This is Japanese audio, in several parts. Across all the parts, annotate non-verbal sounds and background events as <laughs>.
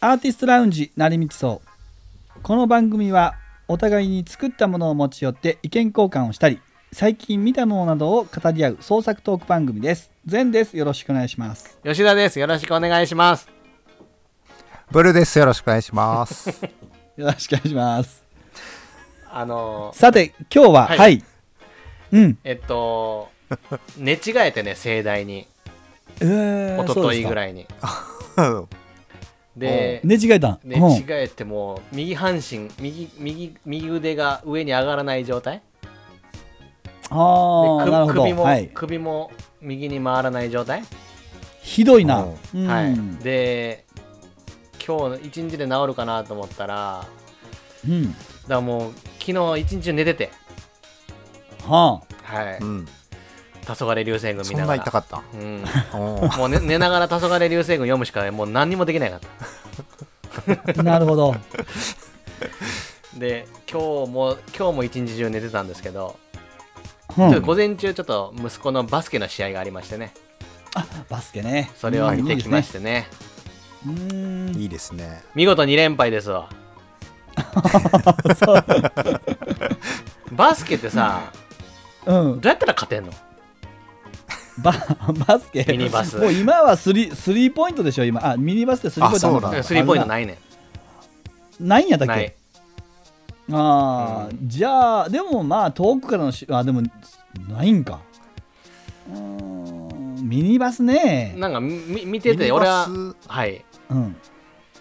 アーティストラウンジ成光荘この番組はお互いに作ったものを持ち寄って意見交換をしたり最近見たものなどを語り合う創作トーク番組です全ですよろしくお願いします吉田です。よろしくお願いします。ブルーです。よろしくお願いしまよす。ろしくお願いしますあのーさて今日はは、はいいうんえっ <laughs> と寝違えてね盛大にえー一昨日ぐいらいにでで寝違えたん、寝うん違えてもう右半身右右右腕が上に上がらない状態でああくなるほど首も、はい、首も右に回らない状態、ひどいな、うんうんはいで今日一日で治るかなと思ったらうんだからもう昨日一日中寝ててははい、うん、黄昏流星群見そんなながら痛かった。うんうんもう、ね、寝ながら黄昏流星群読むしかもう何にもできないかったあなるほ <laughs> どで今日も今日も一日中寝てたんですけうど、んちょっと午前中ちょっと息子のバスケの試合がありましてねバスケねそれを見てきましてね,、うんいいですねうん <laughs> いいですね。見事2連敗ですわバスケってさうん、どうやったら勝てんのバ <laughs> バスケミニバスもう今はスリースリーポイントでしょ今あミニバスってスリーポイントあるのあそうなんだスリーポイントいないねないんやったっんなけいああ、じゃあでもまあ遠くからのしあでもないんかうーんミニバスねなんかみみ見てミニてバ俺はスはいうん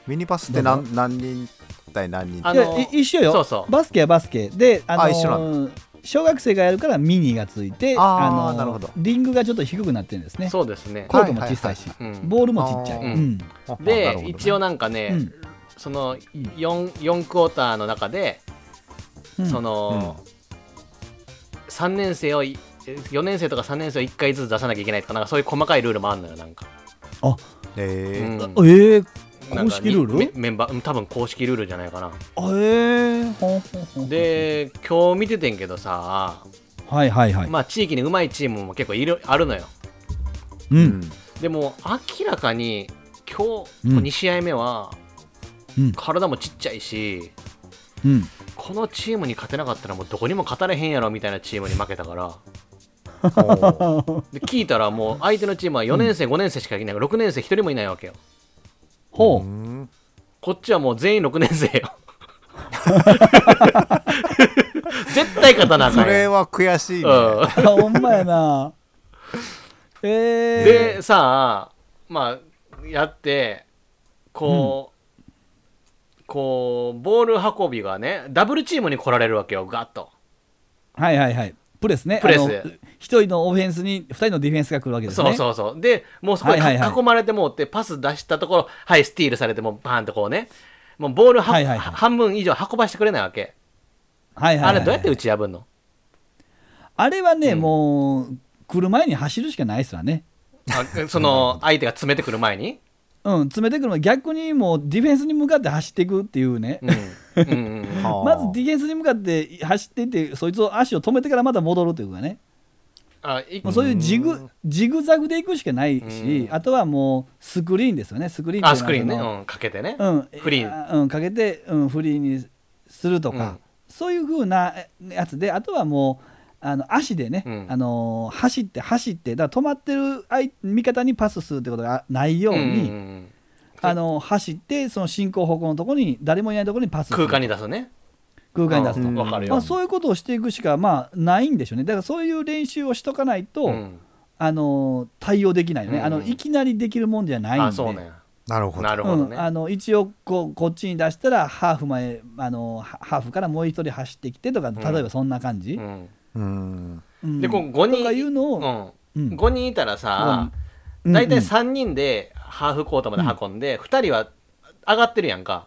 ミニバスって何何人対何人あいやのい一緒よそうそうバスケはバスケで、あのーあ一緒な小学生がやるからミニがついてあーのなるほどリングがちょっと低くなってるんですねそうですねコートも小さいし、はいはいはいうんボールもちっちゃい、あうーん <laughs> あなるでほどね一応なんかね、うんその 4, 4クォーターの中で、うんその、3年生をい4年生とか3年生を1回ずつ出さなきゃいけないとかなんかそういう細かいルールもあるのよなんか、えーうんええー、なん公か式ルールメメンバーうん多分公式ルールじゃないかなあえー、ほんほんほんで今日見ててんけどさ、はいはいはい、まあ地域にうまいチームも結構いるあるのよううんんでも明らかに今日うん2試合目はうん体もちっちゃいし、うんこのチームに勝てなかったらもうどこにも勝たれへんやろみたいなチームに負けたからおーで聞いたらもう相手のチームは4年生5年生しかいない6年生1人もいないわけよほう、うんこっちはもう全員6年生 <laughs> よ絶対勝たなあそかんれよは悔しいね。うんあほんまや <laughs> なえー、でさあまあやってこう、こうボール運びがねダブルチームに来られるわけよガッとはいはいはいプレスねプレスあの一人のオフェンスに二人のディフェンスが来るわけですねそうそうそうでもうそこにはいはいはい囲まれてもうってパス出したところはいスティールされてもうバーンとこうねもうボールははいはいはい半分以上運ばしてくれないわけはいはいはあい、れどうやって打ち破るのあれはね、うんもう来る前に走るしかないですわねあその相手が詰めてくる前に、うん詰めてくるの逆にもうディフェンスに向かって走っていくっていうね、うんうんうんうんあー <laughs> まずディフェンスに向かって走っていってそいつを足を止めてからまた戻るというかねあいもうそういうジグ,、うんジグザグでいくしかないし、うんあとはもうスクリーンですよねスクリーンっあてスいうクリーンのはね、そのうん、かけてね、うん、フリーあうん、かけて、うん、フリーにするとか、うんそういう風なえやつであとはもうあの足でね、うんあのー走って走ってだから止まってる相味方にパスするってことがないように、うんうんうんあのー走ってその進行方向のところに誰もいないところにパスする空間に出すね空間に出すと、うんわかるよ、まあ、そういうことをしていくしか、まあ、ないんでしょうねだからそういう練習をしとかないと、うんあのー対応できないよね、うんあのいきなりできるもんじゃないんであそうねなるほどな。るほどね、うん、あの一応こうこっちに出したらハーフ前あのハハーフからもう一人走ってきてとかん例えばそんな感じ、うんうんうんでこう5人とかいうのを、ううんん、5人いたらさ、うん大体うん3人でハーフコートまで運んで、2人は上がってるやんか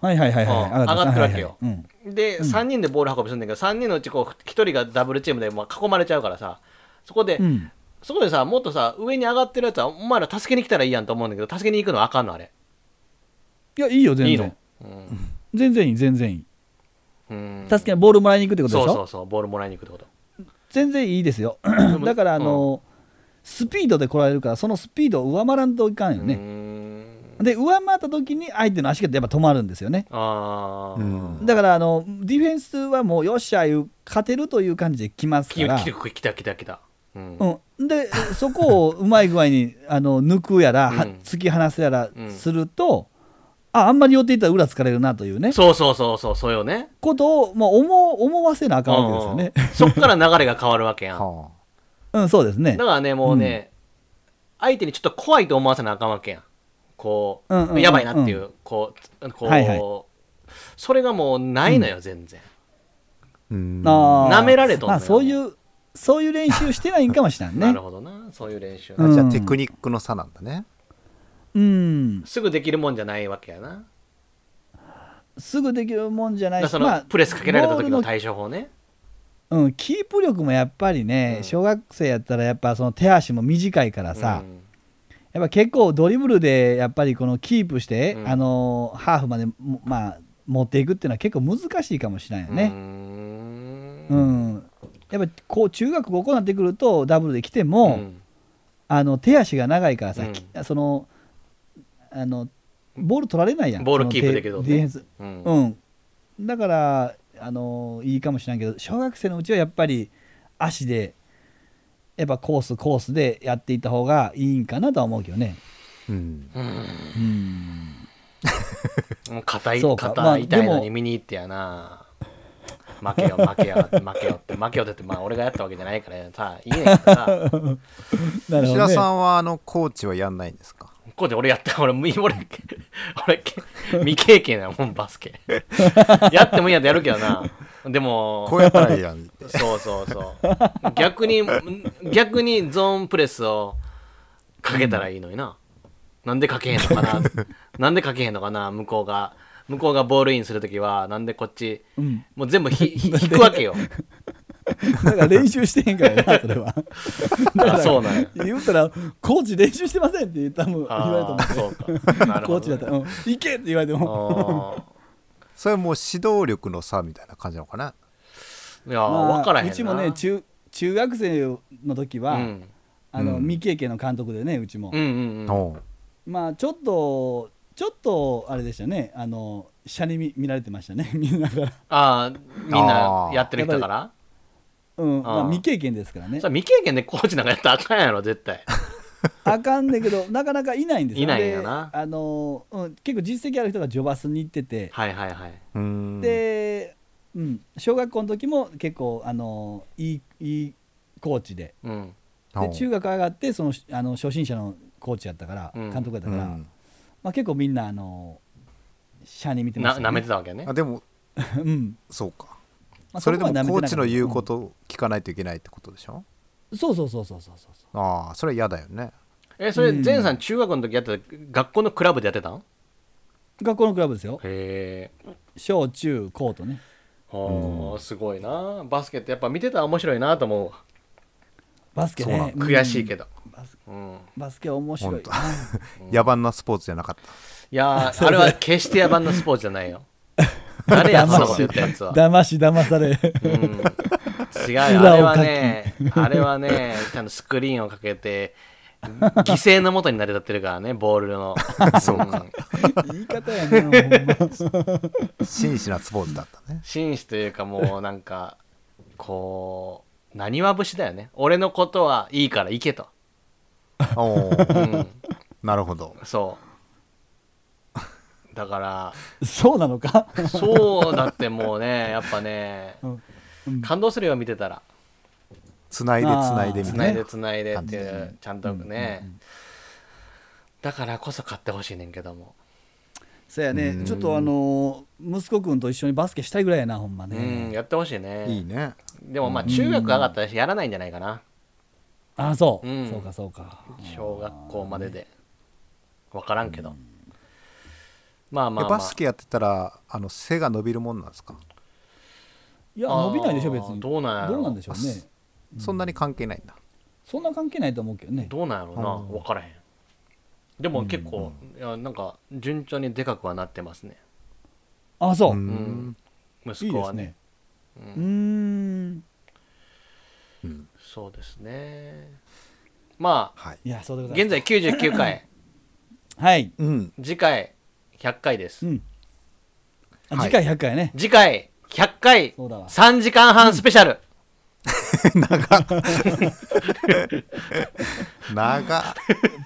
はいはいはいはい、うん上がってるわけよはいはいはいで、うん3人でボール運びするんだけど3人のうちこう1人がダブルチームで、まあ、囲まれちゃうからさそこで、うんうんそこでさもっとさ上に上がってるやつはお前ら助けに来たらいいやんと思うんだけど助けに行くのはあかんのあれいやいいよ全然いいの、うん全然いい全然いいうん、確かにボールもらいに行くってことでしそょうそうそうボールもらいに行くってこと全然いいですよもだからあの、スピードで来られるからそのスピードを上回らんといかんようね、ーんで上回った時に相手の足がやっぱ止まるんですよねああ、うんだからあのディフェンスはもうよっしゃいう勝てるという感じで来ますきからきききたきたきた、うんうん、でそこをうまい具合にあの抜くやら、はうん突き放すやらうんすると、ああんまり寄っていったら裏疲れるなというねそうそうそうそうそうよねことを、まあ、思う思わせなあかんわけですよね。うんそっから流れが変わるわけ <laughs> やんだはうん、そうですね。からねもうね、相手にちょっと怖いと思わせなあかんわけやんこう,、うんうんうんうんやばいなっていうこうこう、はいはいそれがもうないのよ全然、あ。うん。あー舐められとんのまよあ、そういうそういう練習してないんかもしれんなねる。ほどなそういう練習、うんじゃあテクニックの差なんだね。うん、すぐできるもんじゃないわけやなすぐできるもんじゃだないからし、その、まあ、プレスかけられたボー時ルの対処法ねうん、キープ力もやっぱりね、うん小学生やったらやっぱその手足も短いからさ、うんやっぱ結構ドリブルでやっぱりこのキープして、うんあのハーフまでもまあ持っていくっていうのは結構難しいかもしれないようーね。んうん、やっぱこう中学高校になってくるとダブルで来ても、うんあの手足が長いからさ、うんきそのあのボール取られないやん。ボーそルのキープできるとねディフェンス。うんうん。だからあのいいかもしれないけど小学生のうちはやっぱり足でやっぱコースコースでやっていった方がいいんかなとは思うけどね。うん。ううんん。もう硬いそ硬うかまあい痛いのでにも見に行ってやな <laughs> 負けよ負けよ負けよって負けよって言ってまあ俺がやったわけじゃないからさ言えないからさなるほ吉ど、田ね。さんは、あの、コーチはやんないんですかこうで俺やった俺み俺俺未経験やもんバス <laughs> ケやってもいいやつやるけどなでもこうやったらいいやんって。そうそうそう <laughs> 逆に逆にゾーンプレスをかけたらいいのにな、なんでかけへんの <laughs> かななんでかけへんのかな向こうが向こうがボールインするときはなんでこっちうん。もう全部ひひ引くわけよだから練習してへんから <laughs> な、それは。だからあそうなんや言うたら、コーチ練習してませんって言ったもん言われたもあんあ。そうかなるコーほチどだね、ったら、うん、行けって言われても。あそれもう指導力の差みたいな感じなのかな。ーいやー、まあ分からへんなうちもね、中中学生の時は、うん、あのうん未経験の監督でね、うちも。うんうんうんおうまあ、ちょっと、ちょっと、あれでしたね、あの、下に見見られてましたね、 <laughs> みんなから。ああみんなやってる人だかあらうん、まああ、ー未経験ですからねそ。れ未経験でコーチなんかやったらあかんやろ絶対あかんねんけど、なかなかいないんですよいないんやなであの、うん、結構実績ある人がジョバスに行ってて、はいはいはい、うーん。で、うん、小学校の時も結構あのいいいいコーチでうん、おでう中学上がってそのあの初心者のコーチやったから、うん監督やったうから、んまあ、結構みんなあの社に見てましなた、ね、舐めてたわけねあでも、た、 <laughs> うんそうか。まあそれでもこは舐めてなコーかったチの言うことを聞かないといけないってことでしょうんそうそうそうそうそうそうそうああ、それは嫌だよね。えそれうん前さん中学の時やってた学校のクラブでやってたん学校のクラブですよへえ小中高とねおーすごいなバスケってやっぱ見てたら面白いなと思うわバスケそうなねん悔しいけど、どうんバスうんいバスケ面白い本当野蛮なスポーツじゃな <laughs> かった。やーあれは決して野蛮なスポーツじゃないよ誰やそんなこと言ったやつはだましだまされうん違うよあれはねあれはねちゃんとスクリーンをかけて犠牲のもとに成り立ってるからねボールのそう <laughs> 言い方やねほんま真摯なスポーツだっ <laughs> たね。紳士というかもうなんかこうなにわ節だよね俺のことはいいから行けと、おうお、ん、なるほど。そうだからそうなのか、 <laughs> そうだってもうねやっぱねうんうん感動するよ見てたらつないでつないでみつたないいなで。つないでってい感うちゃんとね、だからこそ買ってほしいねんけどもそうやねうんちょっとあのー息子くんと一緒にバスケしたいぐらいやなほんまうんねやってほしいねいいね。でもまあ中学上がったらやらないんじゃないかなああそううんそうかそうか小学校までで分からんけどまあまあ、まあ、バスケやってたら、あの背が伸びるもんなんですかいや伸びないでしょ別あーにどどうなんやろうなんでしょうねそんなに関係ないんだ。そんな関係ないと思うけどねどうなんやろうな、うん。分からへんでも結構、いやなんか順調にでかくはなってますねああそううんい息い子ではすねねうーんそうですねまあはい。いやそうでござい現ます <laughs> 在99回はい、うん。次回100回です、うんあはい次回100回ね、次回100回そうだわ3時間半スペシャル、 <laughs> 長っ。 <laughs>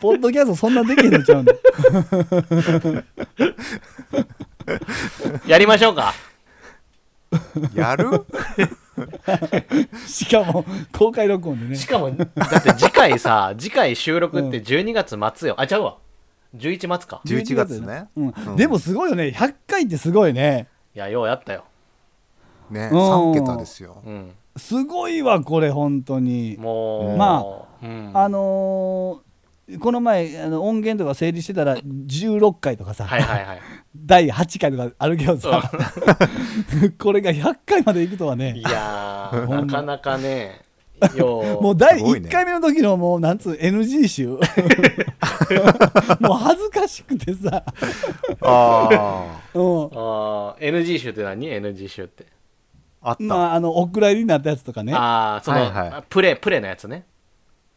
ポッドキャストそんなできへんのちゃうんだやりましょ <laughs> うかやる <laughs> しかも公開録音でねしかもだって次回さ次回収録って12月末よ、あちゃうわ11月かい11月ねうんうんでもすごいよね100回ってすごいねやようやったよね、うん3桁ですよう。んすごいわこれ本当にもうまあ、うん、あのーこの前あの音源とか整理してたら16回とかさ、はいはいはい第8回とかあるけどさ <laughs> これが100回までいくとはねいやー、ほんまなかなかね、よう、もう第すごいね1回目の時のもうなんつう NG <laughs> 集もう恥ずかしくてさ、あうん、あー NG 集って何 ?NG 集って。あ、あった。まああのお蔵入りになったやつとかねああ、その、はいはいプレ、プレのやつね。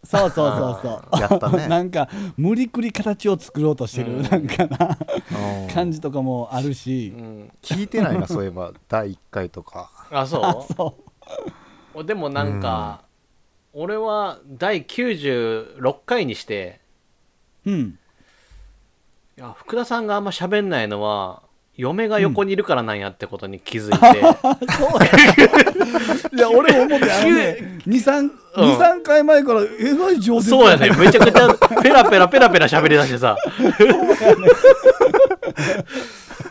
そうそうそうそうあーやった <laughs> ねなんか無理くり形を作ろうとしてる、なんかなうん感じとかもあるしう、ん。聞いてない <laughs> な、そういえば、第1回とか。あ、そうそお <laughs> でもなんか、俺は第96回にして、ううんいや福田さんがあんま喋んないのは、嫁が横にいるからなんやってことに気づいて、いや俺も思ってあの <laughs> ね23回前からえらい上手そうやね、めちゃくちゃペラペラペラペラ喋りだして <laughs> さ、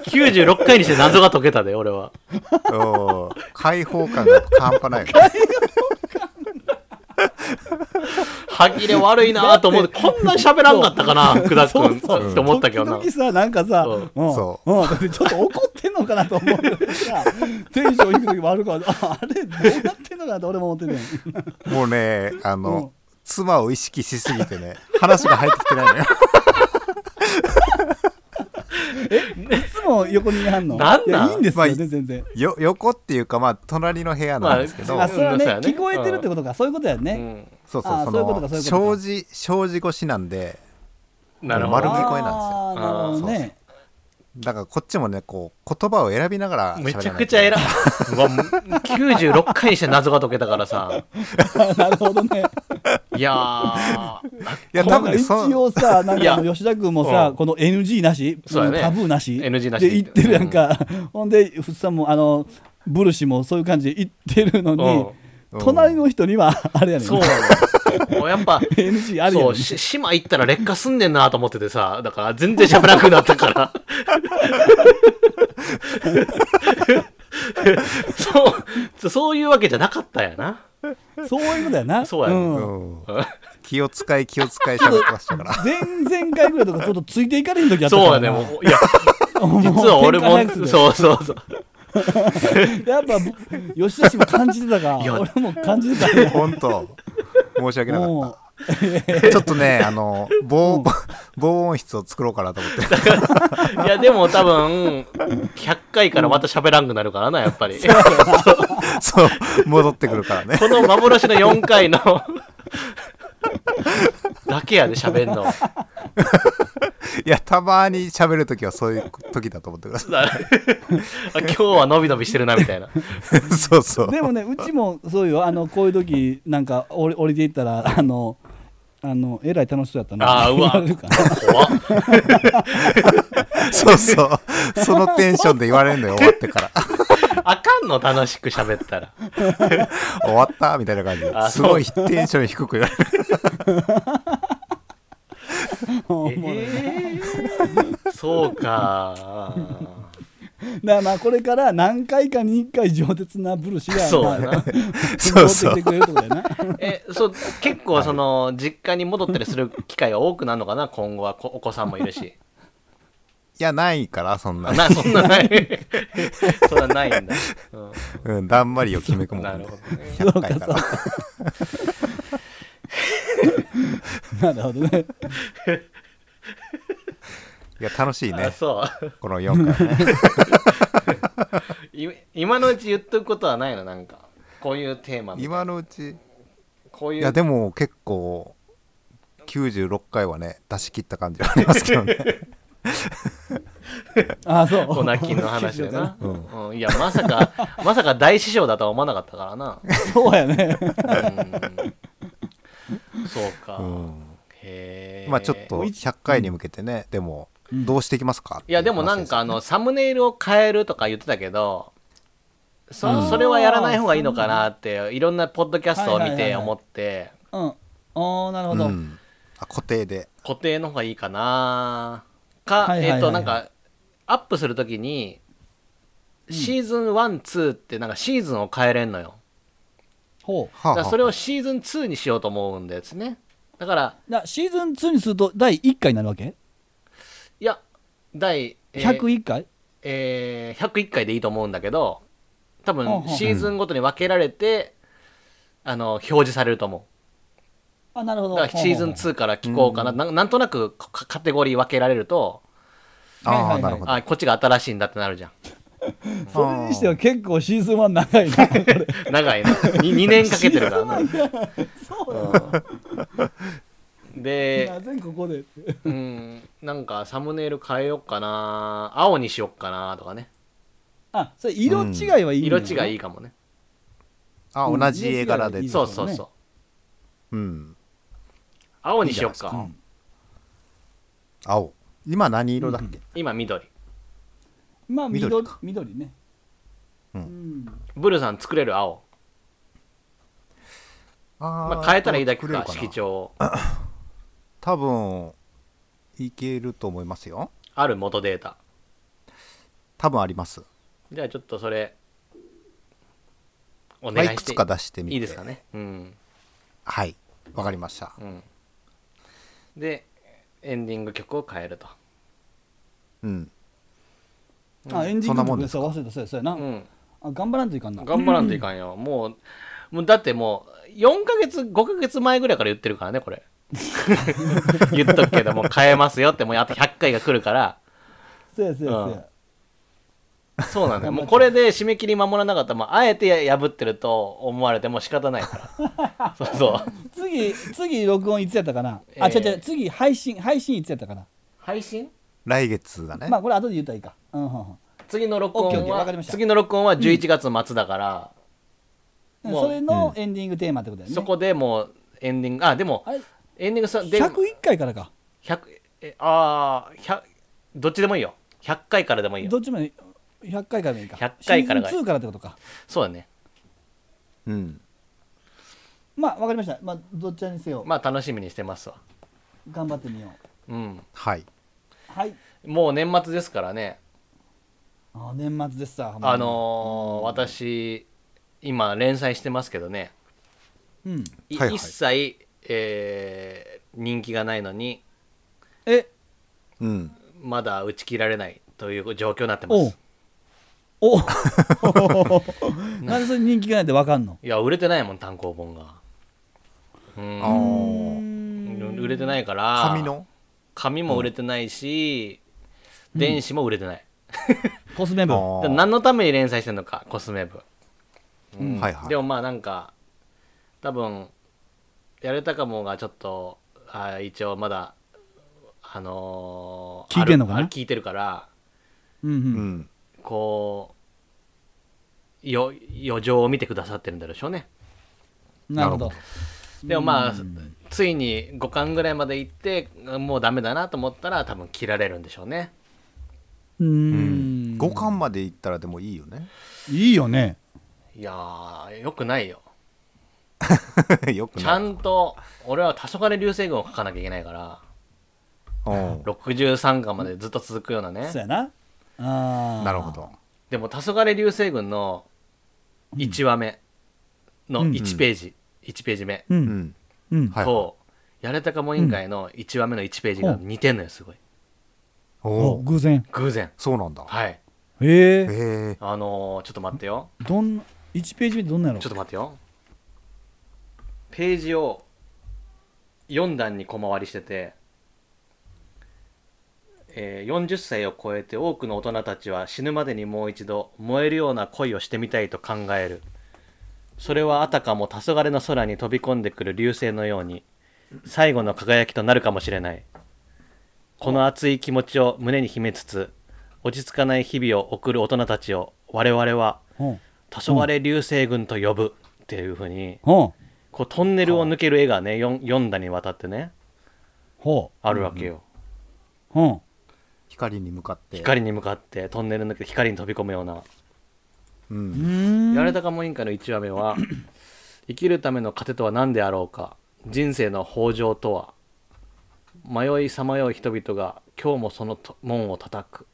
96回にして謎が解けたで、俺は。うん開放感が半端ないよ <laughs> ね。歯切れ悪いなと思って、こんな喋らんかったかな、福田君って思ったけどな。時々さなんかさ、うんうんそうんだってちょっと怒ってんのかなと思う <laughs> のにさテンション低く時もあるからああれどうなってんのかなって俺も思ってて、もうね、あうんの、妻を意識しすぎてね、話が入ってきてないのよ。いつも横にいはんのなんないんやいいんですよ、まあい全然全然よ横っていうか、まあ、隣の部屋なんですけど、まあそれはねそうやね聞こえてるってことか、そういうことやね、そうそあーう、そそういうことかそうの、いうこと障か子、障子越しなんで、うんなるほ丸ど。聞こでえなんすよあーなるほどねだからこっちもね、こう、言葉を選びながら喋らなめいとちゃくちゃ偉い。うわ96回にして謎が解けたからさ。 <laughs> なるほどねいやー、いや、な多ん分かね、一その応さ <laughs> なんいかやあの吉田君もさ、うんこの NG なし、そうやねタブーなし NG なしで言ってるやんか、ほんでふっさんもあのブルシもそういう感じで言ってるのに、うん隣の人にはあれやねんそうなの。もうやっぱ、 NG あるやそんう、し島行ったら劣化すんねんなと思っててさ、だから全然喋らなくなっ <laughs> たから。そう、そういうわけじゃなかったやな。そういうことやなそうやねんうん気を使い気を使い喋ってました <laughs> から。前々回ぐらいとかちょっとついていかれへん時あったそうからやね、なもう、いや、 <laughs> もう実は俺も喧嘩早く、てそうそうそう。やっぱ吉田氏も感じてたかいや俺も感じてたね本当申し訳なもかっうた。 <laughs> ちょっとね、あの、防音、防音室を作ろうかなと思って。 <laughs> いや、でも多分、100回からまた喋らんくなるからな、やっぱり。そう、戻ってくるからね。この幻の4回の、だけやで喋ん <laughs> の。いや、たまに喋るときはそういう時だと思ってくださだ今日はのびのびしてるな、みたいな。い。そうそう。 <laughs> でもね、うちもそうよ、あのこういう時なんか降り降りていったら、あの、あのえらい楽しそうやったな。ああ、うわ、言れるから怖っ。そうそう。そのテンションで言われるのよ、終わってから。あかんの、楽しく喋ったら。終わったみたいな感じであ。すそごういテンション低く言われる。もうえーそうか。だからまあこれから何回かに1回上鉄なブルシがそうや <laughs> まあな。そうそ戻ってきてう。くれるってことや <laughs> な。え、そう、結構、その、実家に戻ったりする機会が多くなるのかな、今後は、こお子さんもいるし。いや、ないから、そんな。な、そんなない。そんなないんだ。うんうん、だんまりを決め込むもなんるねほどね。そうか100回から。 <laughs> なるほどね。いや、楽しいあ、ね。そう。この4回 <laughs> ね。い今のう <laughs> ち言っとくことはないのなんか。こういうテーマみたいな今のうち。こういいや、うでも結構、 96回はね出し切った感じはありますけどねああそうおなきの話でな、 <laughs> ううん、いやまさか <laughs> まさか大師匠だとは思わなかったからな <laughs> そうやねうんそうか、うんへえまあちょっと100回に向けてねでもどうしていきますかいやでもなんかあのサムネイルを変えるとか言ってたけどそうんそれはやらない方がいいのかなっていろんなポッドキャストを見はいはいはいてはい思ってうんああなるほうど、んあ固定で固定の方がいいかなか、はいはいはいはいえっ、となんかアップするときにシーズン12ってなんかシーズンを変えれんのよ、ほうはだからそれをシーズン2にしようと思うんですねだからなシーズン2にすると第1回になるわけいや第、えー101回、えー101回でいいと思うんだけど多ほう分ほうシーズンごとに分けられて、あの表示されると思あなるほうどだからシほーズンうほうほう2から聞こうかな,、なん、なんとなくカカテゴリー分けられるとはいはいあはあいなるほどあこっちが新しいんだってなるじゃんそれにしては結構シーズン1長いな <laughs> 長いな 2, 年かけてる <laughs> からな、そうやなでなぜここでってうんなんかサムネイル変えようかな青にしよっかなとかねあそれ色違いはいいんだ色よ、違いいいかもねあうん同じ絵柄いでいですそようねそうそううん青にしよっかいいじゃないです青今何色だっけ今緑まあ緑緑か緑ねうんブルさん作れる青、ままあ、変えたらいいだけ作れかる色調を多分いけると思いますよある元データ多分ありますじゃあちょっとそれおまあ願いしいてくつか出してみていいですかねうん、はいわかりましたうん、でエンディング曲を変えるとうんうんあエンディンそグんなももんねですそかう忘れたそうやそうやな、うんあ頑張らんといかんな頑張らんといかんよもうもうだってもう4ヶ月5ヶ月前ぐらいから言ってるからね <laughs> これ言っとくけどもう変えますよってもうあと100回が来るからそうやそうやそうや、うんそうなんだよもうこれで締め切り守らなかったらもうあえて破ってると思われても仕方な <laughs> いからそうそう次次録音いつやったかな、えーあ違う違う次配信配信いつやったかな配信来月だねまあこれ後で言ったらいいかうんうんうん次の録オッケーオ音ッケーわはかりました次の録音は11月末だから、もうそれのエンディングテーマってことだよね。そこでもうエンディングあでもあれエンディングさで101 100回からか。えあー100どっちでもいいよ100回からでもいいどよっちもいい100回からでもいいか。 100回からがいいシーズン2からってことか。そうだねうんまあわかりました。まあどっちにせよ、まあ楽しみにしてますわ頑張ってみよう。うんはいはい。もう年末ですからねあ年末ですさ。あのー私今連載してますけどねうん。いはいはい一切、えー人気がないのにえ、うんまだ打ち切られないという状況になってまおうすおうなんでそれ人気がないってわかんのいや売れてないもん単行本がうんあー売れてないから紙の紙も売れてないし、電子も売れてない、コスメ部。あでー何のために連載してんのかコスメ部、うんはいはいでもまあなんか多分やれたかもがちょっとあ一応まだあのー聞いてんのかなあるある聞いてるからうんう。うんんこうよ余剰を見てくださってるんでしょうねなるほどなる。でもまあ、ついに5巻ぐらいまで行ってもうダメだなと思ったら多分切られるんでしょうねうーん。五巻までいったらでもいいよね <laughs> いいよね。いやーよくないよよくちゃないんと俺は黄昏流星群を書かなきゃいけないからうん63巻までずっと続くようなねそうやな。あーなるほ。どでも黄昏流星群の1話目のうん1ページ、1ページ目う。うんんうん。はいはいと、やれたかも委員会の1話目の1ページが似てんのよすごいおおお偶然。偶然そうなんだはいへえ。へえあのーちょっと待ってよどん1ページ目どんなんやろちょっと待ってよページを4段に小回りしてて、えー40歳を超えて多くの大人たちは死ぬまでにもう一度燃えるような恋をしてみたいと考えるそれはあたかも黄昏の空に飛び込んでくる流星のように最後の輝きとなるかもしれないこの熱い気持ちを胸に秘めつつ落ち着かない日々を送る大人たちを我々はうん「黄昏流星群」と呼ぶっていうふうにほうこうトンネルを抜ける絵がね 4, 4段にわたってねほあるわけよ、うほ光に向かって光に向かってトンネル抜けて光に飛び込むようなうううん「んやられたかも委員会」の1話目は「生きるための糧とは何であろうか人生の豊穣とは迷いさまよう人々が今日もそのと門を叩く」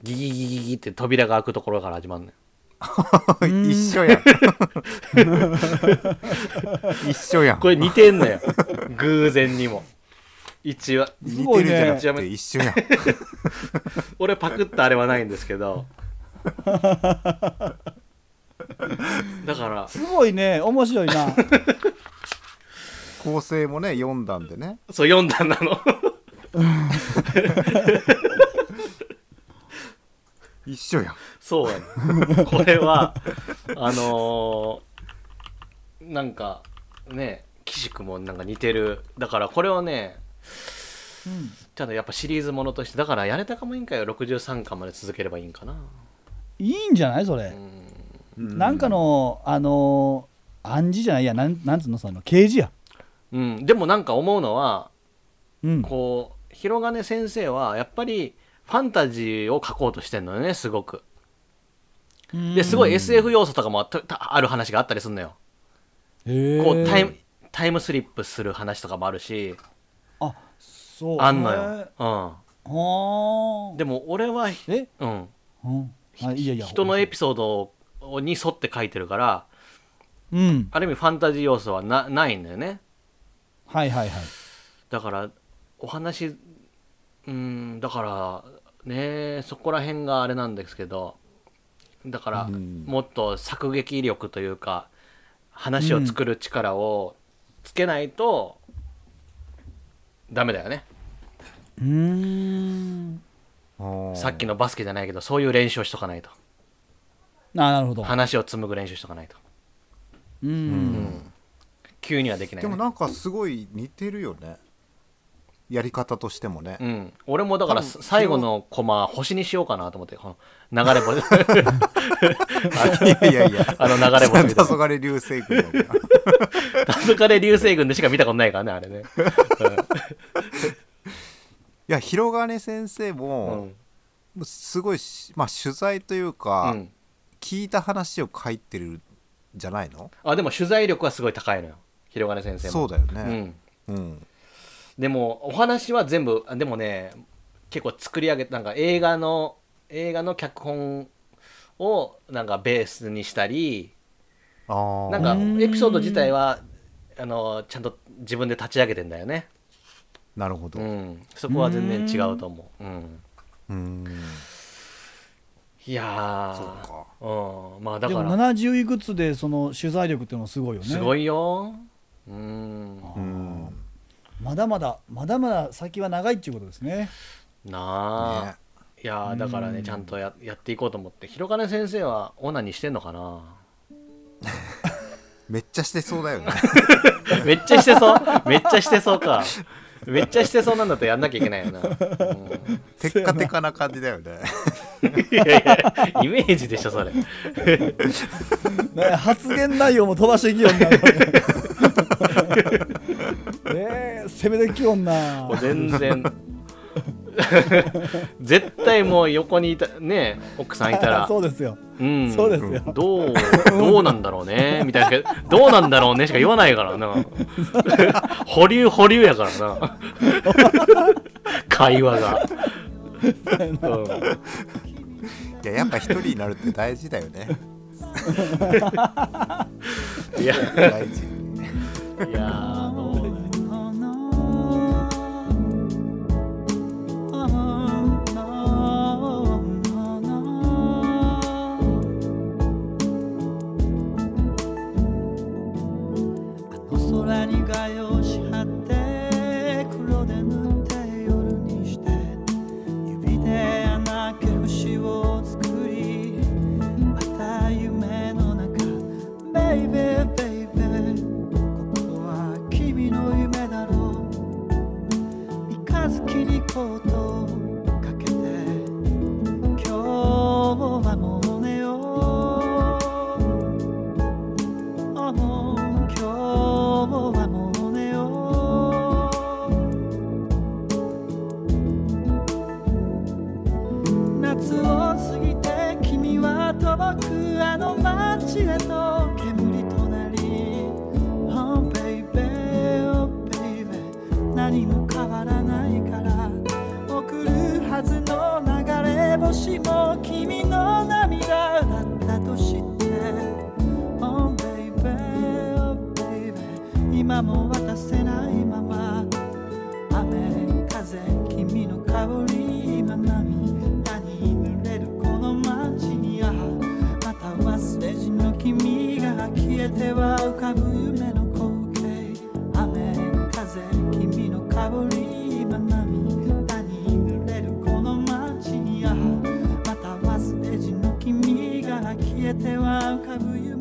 ギギギギギって扉が開くところから始まるのよ <laughs> 一緒 <laughs> やん一緒やんこれ似てんのよ偶然にも1話す似ごいてるじゃなねくて一緒やん俺パクったあれはないんですけどだからすごいね面白いな構成もね4段でねそう4段なの <laughs> 一緒やんそうやねこれはあのーなんかね岸君もなんか似てるだからこれをねうんちゃんとやっぱシリーズものとしてだからやれたかも委員会は63巻まで続ければいいんかないいんじゃないそれう、んなんかのあのー暗示じゃないいやなんなんつうのその刑事やうん、でもなんか思うのはうんこう広金先生はやっぱりファンタジーを書こうとしてんのよねすごくですごい SF 要素とかもたたある話があったりするのよここうタイムタイムスリップする話とかもあるしあそうあんのよ、うはん、あでも俺は、えうん、うんあいやいや人のエピソードをに沿って書いてるからうんある意味ファンタジー要素はなないんだよねはいはいはいだからお話うんだからねそこら辺があれなんですけどだから、うんもっと作劇力というか話を作る力をつけないとダメだよね、うーんおーさっきのバスケじゃないけどそういう練習をしとかないとあなるほど話を紡ぐ練習しとかないと、うん、うん急にはできない、でね、もなんかすごい似てるよねやり方としてもねうん、俺もだから多分最後のコマ星にしようかなと思ってこの流れ星 <laughs> いやいやいやあの流れ黄星みたい <laughs> な昏流星群の黄昏流星群でしか見たことないからねあれね、いや広金先生うもんすごいし、まあ、取材といううか、ん、聞いた話を書いてるんじゃないのあでも取材力はすごい高いのよ広金先生もそうだようねん、うん、でもお話は全部あでもね結構作り上げなんか映画の映画の脚本をなんかベースにしたりあーなんうかんエピソード自体はあのちゃんと自分で立ち上げてんだよね、なるほどう、うんそこは全然違うと思う、うん、ーんいやーそうかうん、まあだでかもら70いくつでその取材力っていうのはすごいよねすごいよ、うんあ、ーうんまだまだまだまだ先は長いっていうことですね <laughs> なあ、ねいやーだからねちゃんとややっていこうと思って広金先生はオナにしてんのかな <laughs> めっちゃしてそうだよねめっちゃしてそうめっちゃしてそうかめっちゃしてそうなんだったらやんなきゃいけないよな、うん <laughs> テッカテカな感じだ <laughs> よねいやいやイメージでしょそれね発言内容も飛ばしていきよんな <laughs> ねえ攻めてきよんなもう全然絶対もう横にいたね奥さんいたら <laughs> そうですようんそうですよどうどうなんだろうねみたいなしかどうなんだろうねしか言わないからな保留保留やからな会話が、うんいややっぱ一人になるって大事だよ <laughs> ねいや大事いやーどう空にがよしはって黒で塗って夜にして指で穴開け星を作りまた夢の中ベイベーベイベーここは君夏を過ぎて君は遠くあの街へと煙となり Oh baby, oh baby 何も変わらないから送るはずの流れ星も君の涙だったと知って Oh baby, oh baby 今も渡せないまま雨風君の香り今涙に濡れるこの街にあまた忘れじの君が消えては浮かぶ夢の光景雨風君の香り今涙に濡れるこの街にあまた忘れじの君が消えては浮かぶ夢